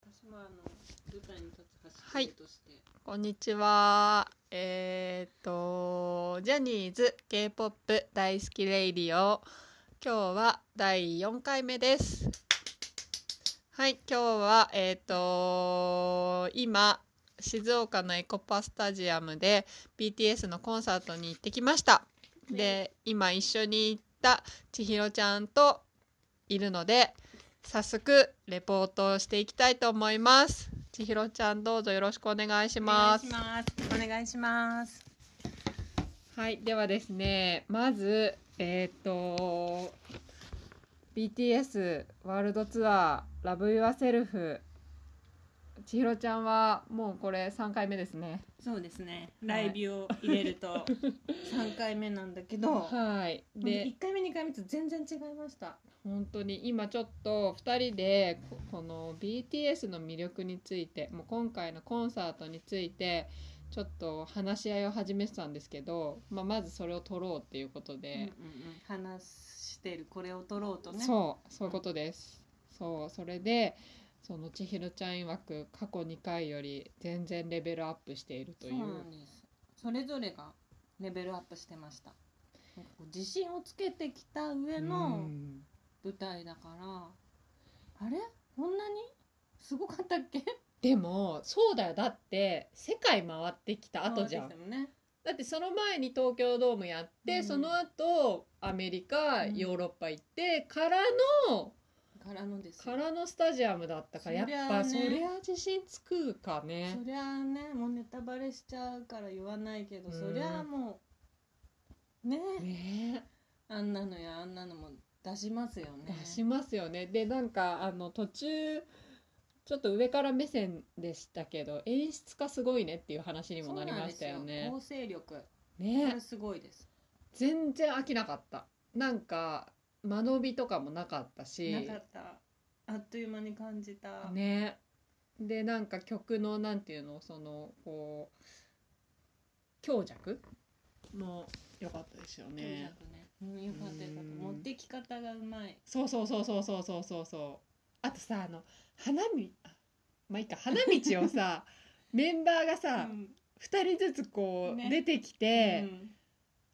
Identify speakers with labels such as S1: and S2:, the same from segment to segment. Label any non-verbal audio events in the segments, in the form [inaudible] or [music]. S1: はあの舞台に立つ発
S2: はい
S1: として、
S2: こんにちは。えーっと、ジャニーズ K-POP 大好きレイディオ。今日は第4回目です。はい、今日は、えーっと、今、静岡のエコパスタジアムで BTS のコンサートに行ってきました。で、今一緒に行った千尋ちゃんといるので、早速レポートをしていきたいと思います。千尋ちゃんどうぞよろしくお願いします。
S1: お願いします
S2: はい、ではですね、まず、えっ、と、BTS ワールドツアー、ラブ・ユア・セルフ、千尋ちゃんはもうこれ3回目ですね。
S1: そうですね
S2: は
S1: ラ
S2: い
S1: イブを入れると三回目なんだけど、
S2: はい。
S1: で
S2: で
S1: 一、回目二回目と全然違いました
S2: 本当に今ちょっと2人でここの BTS の魅力について、もう今回のコンサートについて、ちょっと話し合いを始めてたんですけど、まあ、まずそれを取ろうっていうことで、
S1: うんうんうん話してるこれを取ろうとね
S2: そうそういうことですそうそれでその千尋ちゃん曰く過去2回より全然レベルアップしているとい
S1: そう
S2: う
S1: なんですそれぞれがレベルアップしてましたなんかこう自信をつけてきた上
S2: う
S1: の
S2: ん
S1: 舞台だから、あれこんなにすごかったっけ
S2: でもそうだよだって世界回ってきた後じゃん
S1: そうですよね
S2: だってその前に東京ドームやって、
S1: うん
S2: その後アメリカ、
S1: うん
S2: ヨーロッパ行ってからの
S1: からのですよ
S2: からのスタジアムだったから
S1: そ
S2: やっ
S1: りゃあ
S2: ぱ
S1: ね
S2: そりゃ自信つくかね
S1: そりゃあねもうネタバレしちゃうから言わないけど、
S2: うん
S1: そりゃあもうね
S2: ね
S1: あんなのやあんなのも出しますよね
S2: 出しますよねでなんかあの途中ちょっと上から目線でしたけど演出家すごいねっていう話にもなりましたよね
S1: そうなんですよ構成力こ
S2: ね
S1: れすごいです
S2: 全然飽きなかったなんか間延びとかもなかったし
S1: なかったあっという間に感じた、
S2: ねでなんか曲のなんていうのそのこう強弱も良かったですよ
S1: とにか
S2: ね
S1: くねうんよかったよかった
S2: うん
S1: 持ってき方がうまい
S2: そうそうそうそうそうそうそうそうあとさあの花見あまあいいか花道を
S1: [laughs]
S2: さメンバーがさ、
S1: うん
S2: 2人ずつこう
S1: ね
S2: 出てきて、
S1: うん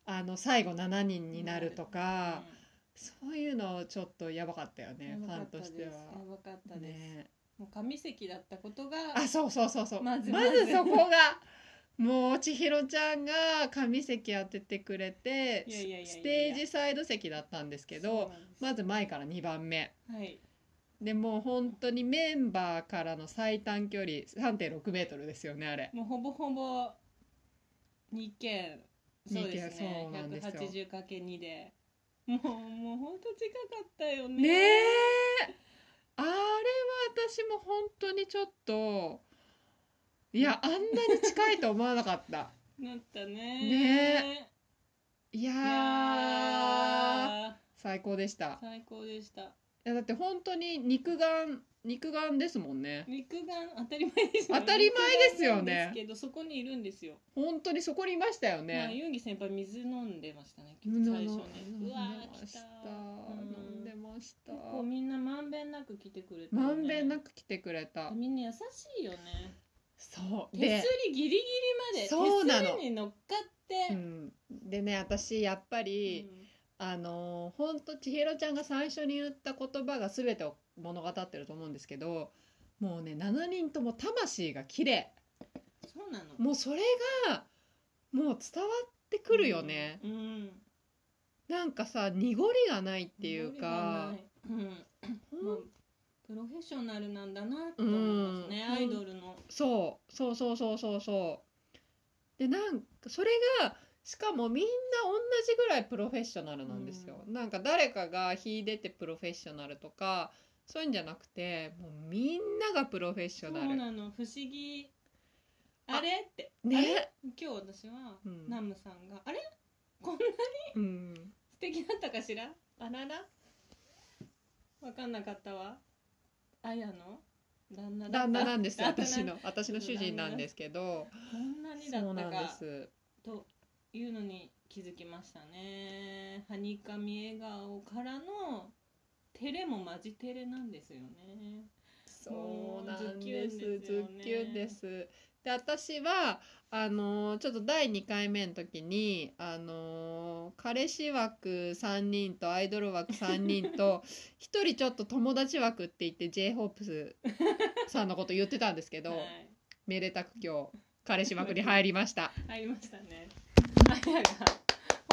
S2: あの最後7人になると
S1: や
S2: か、そういうのちょっとやばかったよねフ
S1: ばか
S2: ァン
S1: った
S2: と
S1: です
S2: して
S1: や
S2: は。
S1: ばかったです、
S2: ね、
S1: もう上席だったことが
S2: [laughs] あそうそうそうそう
S1: ま
S2: ま
S1: ず
S2: ず
S1: まず
S2: そこがもう千尋ちゃんが上席当ててくれて
S1: いやいやいやいや
S2: ステージサイド席だったんですけ
S1: そう
S2: ど
S1: なんです
S2: まず前から2番目。
S1: はい
S2: でもう本当にメンバーからの最短距離3.6メートルですよねあれ。
S1: もうほぼほぼ2件そうですね
S2: 二軒そうなんですよ
S1: 180×2 でもうもうほんと近かったよね
S2: ねえあれは私も本当にちょっといやあんなに近いと思わなかった
S1: なったね
S2: ねい
S1: [laughs]
S2: や
S1: い
S2: ー
S1: や
S2: 最高でした
S1: ー最高でした
S2: いやだって本当に肉眼肉眼ですもんね
S1: 肉眼当たり前ですよね
S2: 当たり前ですよね
S1: 肉眼なんですけどそこにいるんですよ、
S2: 本当にそこにいましたよ
S1: まあ、
S2: ね、
S1: ユンギ先輩水飲んでましたね最
S2: 飲ん
S1: 初
S2: で
S1: ねうわー
S2: ま
S1: 来
S2: したた
S1: うん
S2: 飲んでました
S1: 結構みんなまんべんなく来てくれたよね
S2: まんべんなく来てくれた
S1: みんな優しいよね
S2: そう
S1: 手すりギリギリまで
S2: そうなの
S1: 手すりに乗っかって、
S2: うん、でね私やっぱり、あのー、ほんと千尋ちゃんが最初に言った言葉が全てを物語ってると思うんですけどもうね7人とも魂が綺麗
S1: そうなの
S2: もうそれがもう伝わってくるよね、
S1: うんうん、っ
S2: なんかさ濁りがないっていうか
S1: うん
S2: ほ
S1: も
S2: ん
S1: うプロフェッショナルなんだなと思いますね、
S2: うん
S1: アイドルの
S2: そうそうそうそうそうそうでなんかそれがしかもみんな同じぐらいプロフェッショナルなんですよ、なんか誰かが秀でてプロフェッショナルとかそういうんじゃなくてもうみんながプロフェッシ
S1: そ
S2: ョ
S1: う
S2: ナル
S1: なの不思議あれってあ
S2: ね
S1: 今日私は、
S2: うん
S1: ナムさんがあれこんな
S2: うん
S1: 素敵だったかしらあららわかんなかったわあやの旦那だった
S2: 旦那なんですよ
S1: 旦那
S2: 私の私の主人なんですけど
S1: こんなにだ
S2: そう
S1: っ
S2: な
S1: た
S2: んで
S1: か
S2: す
S1: というのに気づきましたねはにかみ笑顔からの照れもマジ照れなんですよね
S2: そうなん
S1: もう
S2: です
S1: ズッキュンですよね
S2: ズッキュンですで私はあのーちょっと第2回目の時にあのー彼氏枠3人とアイドル枠3人と [laughs] 一人ちょっと友達枠って言って j ホープスさんのこと言ってたんですけど、
S1: はい
S2: めでたく今日彼氏枠に入りました
S1: 入りましたねあやが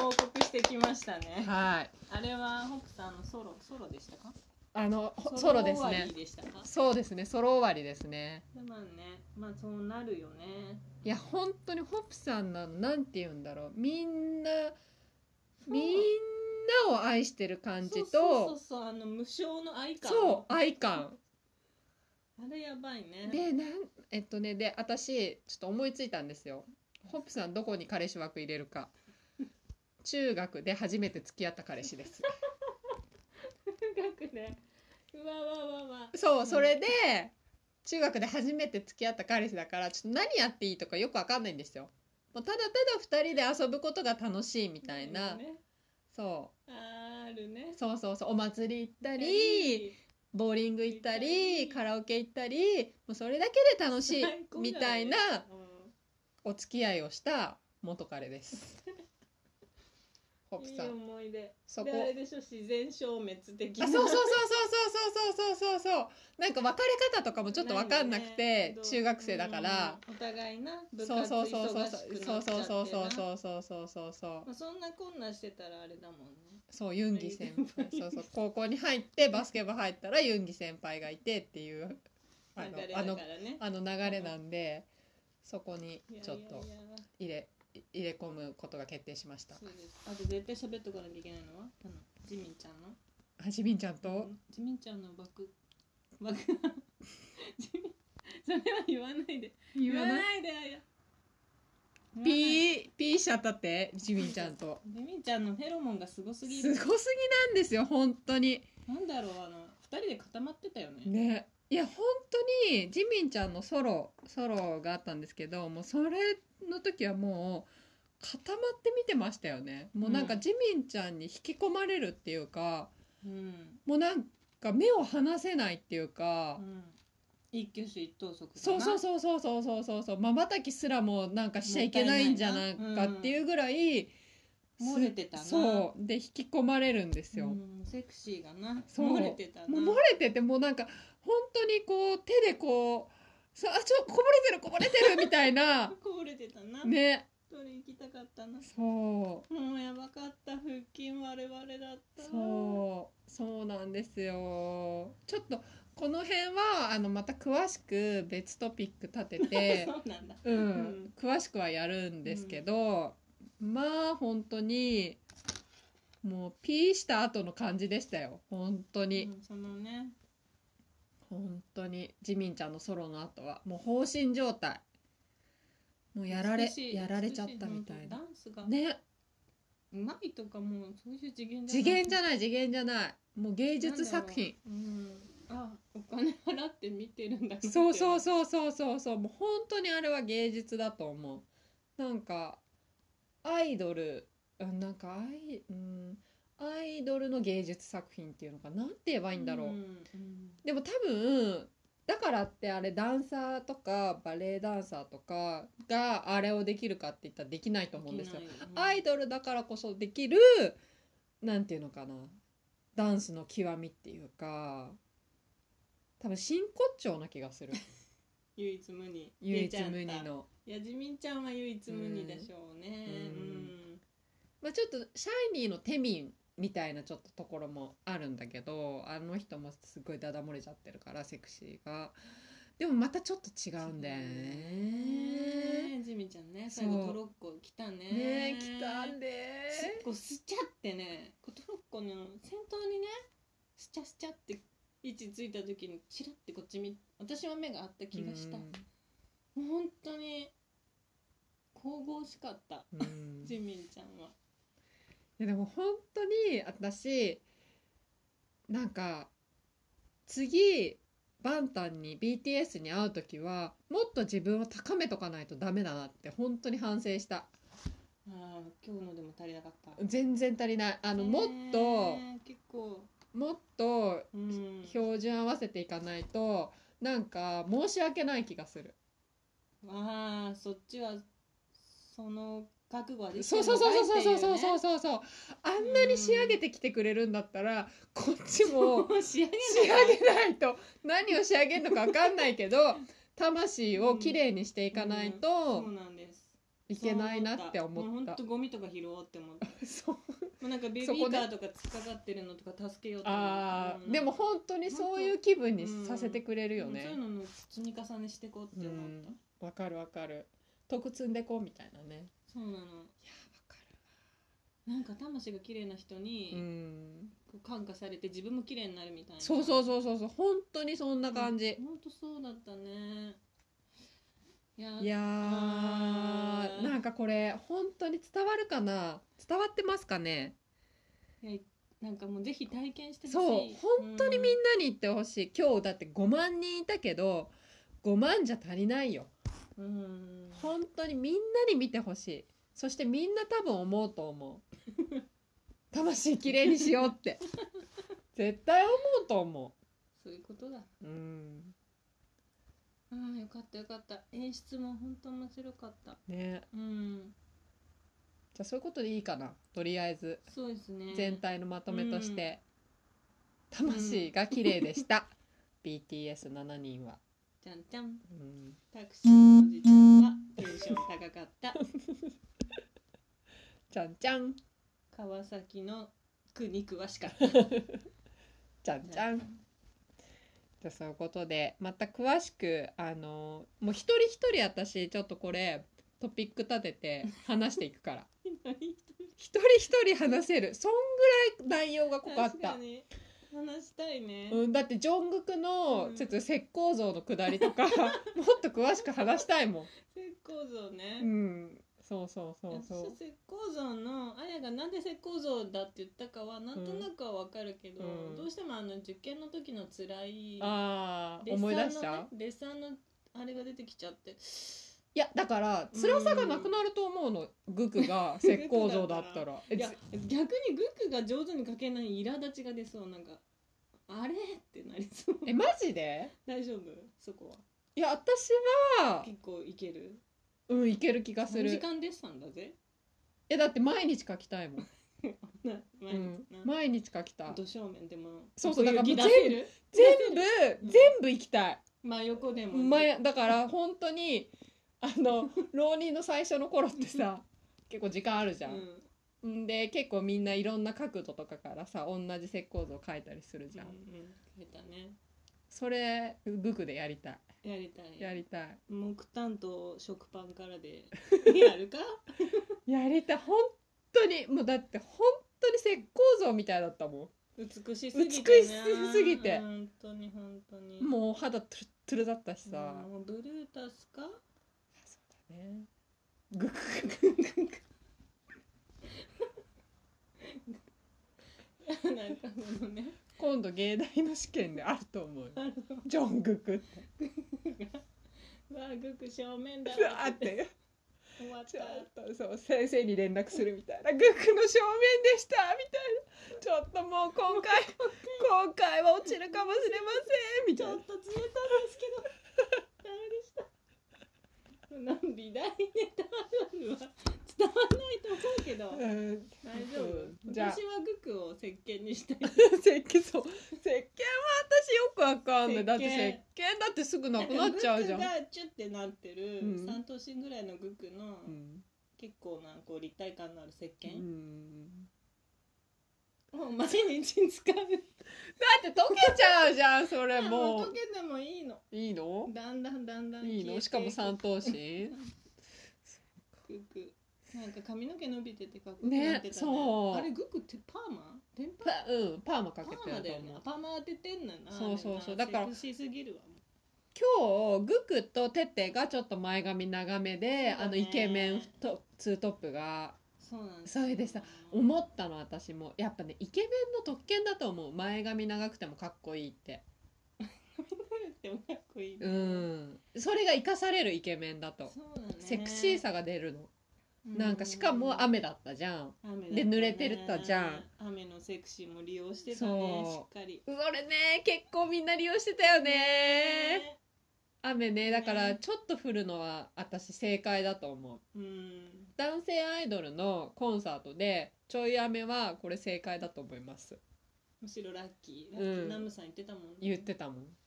S1: 報告してきましたね
S2: はい
S1: あれは北さんのソロソロでしたか
S2: あのソロです
S1: 終わ
S2: ね
S1: りでしたか
S2: そうですねソロ終わりですね
S1: だからねまあそうなるよね
S2: いや本当にホップさんなのなんて言うんだろうみんなみんなを愛してる感じ
S1: そうそう
S2: と
S1: そうそうあの無償の愛感
S2: そう愛感
S1: あれやばいね [laughs]
S2: でなんえっとねで私ちょっと思いついたんですよホップさんどこに彼氏枠入れるか中学で初めて付き合った彼氏です
S1: 学ねうわわわわ
S2: そうそれで中学で初めて付き合った彼氏だからちょっと何やっていいとかよくわかんないんですよもうただただ2人で遊ぶことが楽しいみたいな、
S1: ね、
S2: そう
S1: あるね
S2: そうそうそうお祭り行ったりボーリング行った
S1: 行った
S2: り
S1: り
S2: カラオケ行ったりもうそれだけで楽しい
S1: 最高
S2: み
S1: じゃ
S2: たいな
S1: ですかうん
S2: お付き合いをした元彼です。ホップさ
S1: いい
S2: ん
S1: 思い出
S2: そこ
S1: であれでしょ自然消滅的
S2: あ
S1: な
S2: そうそうそうそうそうそうそうそうそうなんか別れ方とかもちょっと分かんなくて
S1: いよね
S2: 中学生だから、
S1: うんお互いな部活
S2: そう
S1: 忙しくな
S2: そ
S1: っちゃ
S2: うそう
S1: って
S2: そう
S1: な
S2: そうそうそうそうそうそうそうそうそう
S1: まあ、そんなこんなしてたらあれだもんね
S2: そうユンギ先輩そうそう高校に入ってバスケ部入ったらユンギ先輩がいてっていうあ
S1: 流
S2: の
S1: れだ
S2: あ
S1: か
S2: の
S1: らね
S2: あの流れなんで、そこに
S1: いやいやいや
S2: ちょっと入れ入れ込むことが決定しました。
S1: そうですあと絶対喋っとかなきゃいけないのはあのジミンちゃんの
S2: はじみんちゃん
S1: う
S2: と
S1: んジミンちゃんのバ [laughs] クバクジミンそれは言わないで言わないであや言わない
S2: ピーピーしちゃったってじみんちゃんと。
S1: ジミンちゃんのフェロモンがすごす
S2: すご
S1: ぎ
S2: すぎな
S1: る
S2: んですよ本当に
S1: なんだろうあの二人で固まってたよね
S2: ね。いや本当にジミンちゃんのソロソロがあったんですけどもうそれの時はもう固まって見てましたよねもうなん
S1: う
S2: か
S1: ん
S2: ジミンちゃんに引き込まれるっていうか、
S1: うん、
S2: もうなんか目を離せないっていうか、
S1: うん、一挙手一投足だな
S2: そうそうそうそうそうそうそうそうまばたきすらもなんかしちゃいけないんじゃないかっていうぐらい
S1: 漏れてたな
S2: そうで引き込まれるんですよ、
S1: うんセクシーがな
S2: そう
S1: 漏れてたな
S2: もう漏れててもうなんか本当にこう手でこうさあちょこぼれてるこぼれてるみた
S1: [laughs]
S2: いな
S1: こぼれてたな、
S2: ね
S1: それ行きたかったな
S2: そう
S1: もうやばかった腹筋我々だった [laughs]
S2: そうそうなんですよちょっとこの辺はあのまた詳しく別トピック立てて
S1: そうなんだ
S2: うん、
S1: ん
S2: 詳しくはやるんですけど、まあ本当にもうピーした後の感じでしたよ本当に、
S1: うんそのね
S2: 本当にジミンちゃんのソロの後はもう放心状態もうやられ
S1: 美しい
S2: やられちゃったみた
S1: 美し本
S2: い
S1: 当ダ
S2: な
S1: ンスが
S2: ね
S1: うまいとかもうそういう次元
S2: 次元じゃ
S1: ない
S2: ない次元じゃないもう芸術作品
S1: うんあお金払って見てるんだなって
S2: そうそうそうそうそうそうもう本当にあれは芸術だと思うなんかアイドルうんなんかアイ,、うん、アイドルの芸術作品っていうのかなんて言えばいいんだろう、
S1: んうん
S2: でも多分だからってあれダンサーとかバレエダンサーとかがあれをできるかって言ったらできないと思うんですよ
S1: きない
S2: アイドルだからこそできるなんていうのかなダンスの極みっていうか多分真骨頂な気がする
S1: 唯一無二
S2: 唯一無二
S1: 出ちゃっ
S2: の、
S1: たいやジミンちゃんは唯一無二でしょうね
S2: うん
S1: うん
S2: まあ、ちょっとシャイニーのテミンみたいなちょっとところもあるんだけどあの人もすごいダダ漏れちゃってるからセクシーがでもまたちょっと違うんだよね。
S1: ねジミンちゃんね
S2: そう
S1: 最後トロッコ来たね
S2: ねえ来たん
S1: すっ
S2: で
S1: ごいスチャってねこうトロッコの先頭にねスチャスチャって位置ついた時にチラってこっち見私は目があった気がした、
S2: う
S1: もう本当に神々しかった
S2: んうん
S1: ジミンちゃんは、
S2: いやでも本当に私なんか次バンタンに BTS に会う時はもっと自分を高めとかないとダメだなって本当に反省した
S1: ああ今日のでも足りなかった
S2: 全然足りないあの
S1: ねえ
S2: もっと
S1: 結構
S2: もっと
S1: うん
S2: 標準合わせていかないとなんか申し訳ない気がする
S1: ああそっちはその覚悟はできて
S2: そう
S1: る
S2: そう
S1: の
S2: そう
S1: かい
S2: そうそう
S1: ってい
S2: そううそうそうそうあんなに仕上げてきてくれるんだったらこっちも
S1: ね仕上げ
S2: 仕上
S1: ない
S2: げないと何を仕上げるのか分かんないけど魂をきれいにしていかないと
S1: そうなんです
S2: いけないなって思っ
S1: 本
S2: た
S1: 当ゴミとか拾おうって思ったも
S2: [laughs] そう
S1: うなんかベビ
S2: そこ
S1: ー
S2: で
S1: カーとか突っかかってるのとか助けようって思った
S2: あーでも本当にそういう気分にさせてくれる
S1: 当
S2: よね
S1: そういうのの積み重ねしていこうって思った、
S2: わ、かるわかる徳積んでこうみたいなね
S1: そうなの
S2: いやわか
S1: なんか魂が綺麗な人
S2: るう
S1: に
S2: ん
S1: こう感化されて自分も綺麗になるみたいな
S2: そうそう
S1: そ
S2: そうそうそう本当にそんな感じ、
S1: 本当そうだったねいや
S2: いやー
S1: あー
S2: なんかこれ本当に伝わるかな伝わってますかね
S1: いやなんかもうぜひ体験してほしい
S2: そう本当にみんなに言ってほしい今日だって5万人いたけど5万じゃ足りないよ
S1: うんうん
S2: 本当にみんなに見てほしいそしてみんな多分思う
S1: [laughs]
S2: と思う魂きれいにしようって絶対思うと思
S1: そういうことだ
S2: ううん
S1: ああよかったよかった演出も本当面白かった
S2: ね
S1: うん
S2: じゃあそういうことでいいかなとりあえず
S1: そうですね
S2: 全体のまとめとして、
S1: ん
S2: 魂が綺麗で
S1: [laughs]
S2: した、BTS7 人は、
S1: じゃんじゃん
S2: うん、
S1: タクシーのおじちゃんはテンション高か
S2: [laughs]
S1: った
S2: じゃんじゃん
S1: 川崎の区に詳しかったじ
S2: じゃんじゃんじゃあそういうことでまた詳しくあのもう一人一人私ちょっとこれトピック立てて話していくから
S1: [laughs]
S2: 一人一人話せるそんぐらい内容が濃かっ
S1: 確
S2: た
S1: か。に話したいね、
S2: うん、だってジョングクの
S1: うん
S2: ちょっと石膏像のくだり
S1: [laughs]
S2: とか、もっと詳しく話したいもん。
S1: 石膏像
S2: う
S1: ね、
S2: ん、そうそうそう
S1: 私
S2: そ
S1: 石膏像のあやがなんで石膏像だって言ったかはなんとなくはわかるけど、
S2: うん。
S1: どうしてもあの受験の時の辛いう
S2: ああ、
S1: デッサンの
S2: 思い
S1: ね
S2: 出した。
S1: デッサンのあれが出てきちゃって
S2: いや、だから辛さがなくなると思うの、グクが石膏像だ [laughs] ったら。え
S1: いや
S2: ず
S1: 逆にグックが上手に書けない苛立ちが出そうなんかあれってなりそう
S2: え、マジで。
S1: 大丈夫そこ
S2: いや、私
S1: は
S2: は、
S1: 結構いける
S2: うん、いける気がす
S1: 3時
S2: る。
S1: 間デッサンだぜ
S2: え、だって毎日書きたいもん。
S1: な
S2: う
S1: 毎日
S2: ん
S1: な、
S2: 毎日書きたい。
S1: ど正面でも
S2: そうそうだからもう
S1: 横行き出せる
S2: 全部、
S1: うん
S2: 全部行きたい。
S1: 真横でも
S2: まあ、だから、本当に、あの、 [laughs] 浪人の最初の頃ってさ。結構時間あるじ
S1: う
S2: ゃん。
S1: ん
S2: ん、で、結構みんないろんな角度とかからさ、同じ石膏像書いたりする
S1: じ
S2: じ
S1: ゃ
S2: ゃ
S1: ん
S2: ん。
S1: 書いたね
S2: それグクでやりたい
S1: やりたい
S2: やりたい
S1: 木炭と食パンから
S2: [laughs]
S1: でやるか
S2: やりたい本当にもうだって本当に石膏像みたいだったも
S1: 美しすぎてね
S2: 美しすぎて
S1: 本当に本当に
S2: んもう肌トゥルットゥルだったしさ、
S1: もうブルータスか [laughs]
S2: そうだねグク
S1: なんかこのね
S2: 今度芸大の試験であると思うよジョングクって
S1: わあグク正面だ
S2: うわーって
S1: 終わっ
S2: ち
S1: た
S2: ょっとそう先生に連絡するみたいなグクの正面でしたみたいなちょっともう今回今回は落ちるかもしれませんみ
S1: ち
S2: たい
S1: ょ
S2: な
S1: っとずれたんですけどダメでしたなん美大ネタあるあるは伝わんないと思うけど
S2: うん
S1: 大丈
S2: うん
S1: 夫
S2: じゃあ
S1: 私はグクを石鹸にしたい
S2: 石鹸そう石鹸は私よくわかんない
S1: 石鹸
S2: だって石鹸だってすぐなくなっちゃうじゃん
S1: なかグクがチュってなってる、
S2: うん
S1: 三頭身ぐらいのグクの、
S2: うん
S1: 結構なこう立体感のある石
S2: う
S1: 鹸
S2: ん
S1: を毎日使う
S2: だって溶けちゃうじゃんそれ
S1: もう
S2: も
S1: 溶けてもいいの
S2: ういいの
S1: だんだんだんだん消えて
S2: いいのしかも三頭身 [laughs]
S1: グッグなんか髪の毛伸びててかっこよくなっ
S2: ね
S1: てたね
S2: そう
S1: あれグッグってパーマ電波
S2: パうんパーマか
S1: パ
S2: けて
S1: ーマ
S2: る
S1: だ
S2: と
S1: よね
S2: 思う
S1: パーマ当ててんのな
S2: そうそうそう
S1: あれな
S2: だから
S1: セクシーすぎるわ
S2: 今日グクとテテがちょっと前髪長めで
S1: そうだね
S2: あのイケメンとツートップが
S1: そうなんです
S2: それでさ思ったの私もやっぱねイケメンの特権だと思う前髪長くてもかっこいいって
S1: [laughs] ってもかっこいいね
S2: うんそれが生かされるイケメンだと
S1: そうだね
S2: セクシーさが出るの、なんかしかも雨だったじゃん
S1: 雨だったね
S2: で濡れてるとじゃん
S1: 雨のセクシーも利用してたねし
S2: そう
S1: っかり
S2: それね結構みんな利用してたよね
S1: ね
S2: 雨ねだから
S1: ね
S2: ちょっと降るのは私正解だと思う
S1: うん
S2: 男性アイドルのコンサートでちょい雨はこれ正解だと思います
S1: むしろラッキー、
S2: うん
S1: ナムさん言ってたもんね
S2: 言ってたもん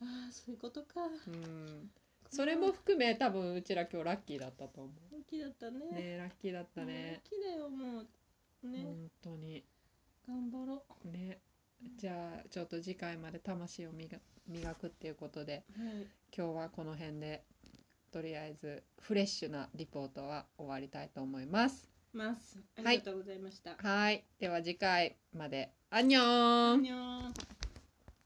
S1: ああそういうことか
S2: うんそれも含め多分うちら今日ラッキーだったと思
S1: ラッキーだったね
S2: うねラッキーだったね
S1: ラッキーだよもうね、
S2: 本当に
S1: 頑張ろう
S2: ねじゃあちょっと次回まで魂を磨磨くっていうことで
S1: はい
S2: 今日はこの辺でとりあえずフレッシュなリポートは終わりたいと思います
S1: ますあ
S2: は
S1: り
S2: い
S1: がとうございました、
S2: はいでは次回までアンニョーン
S1: にょー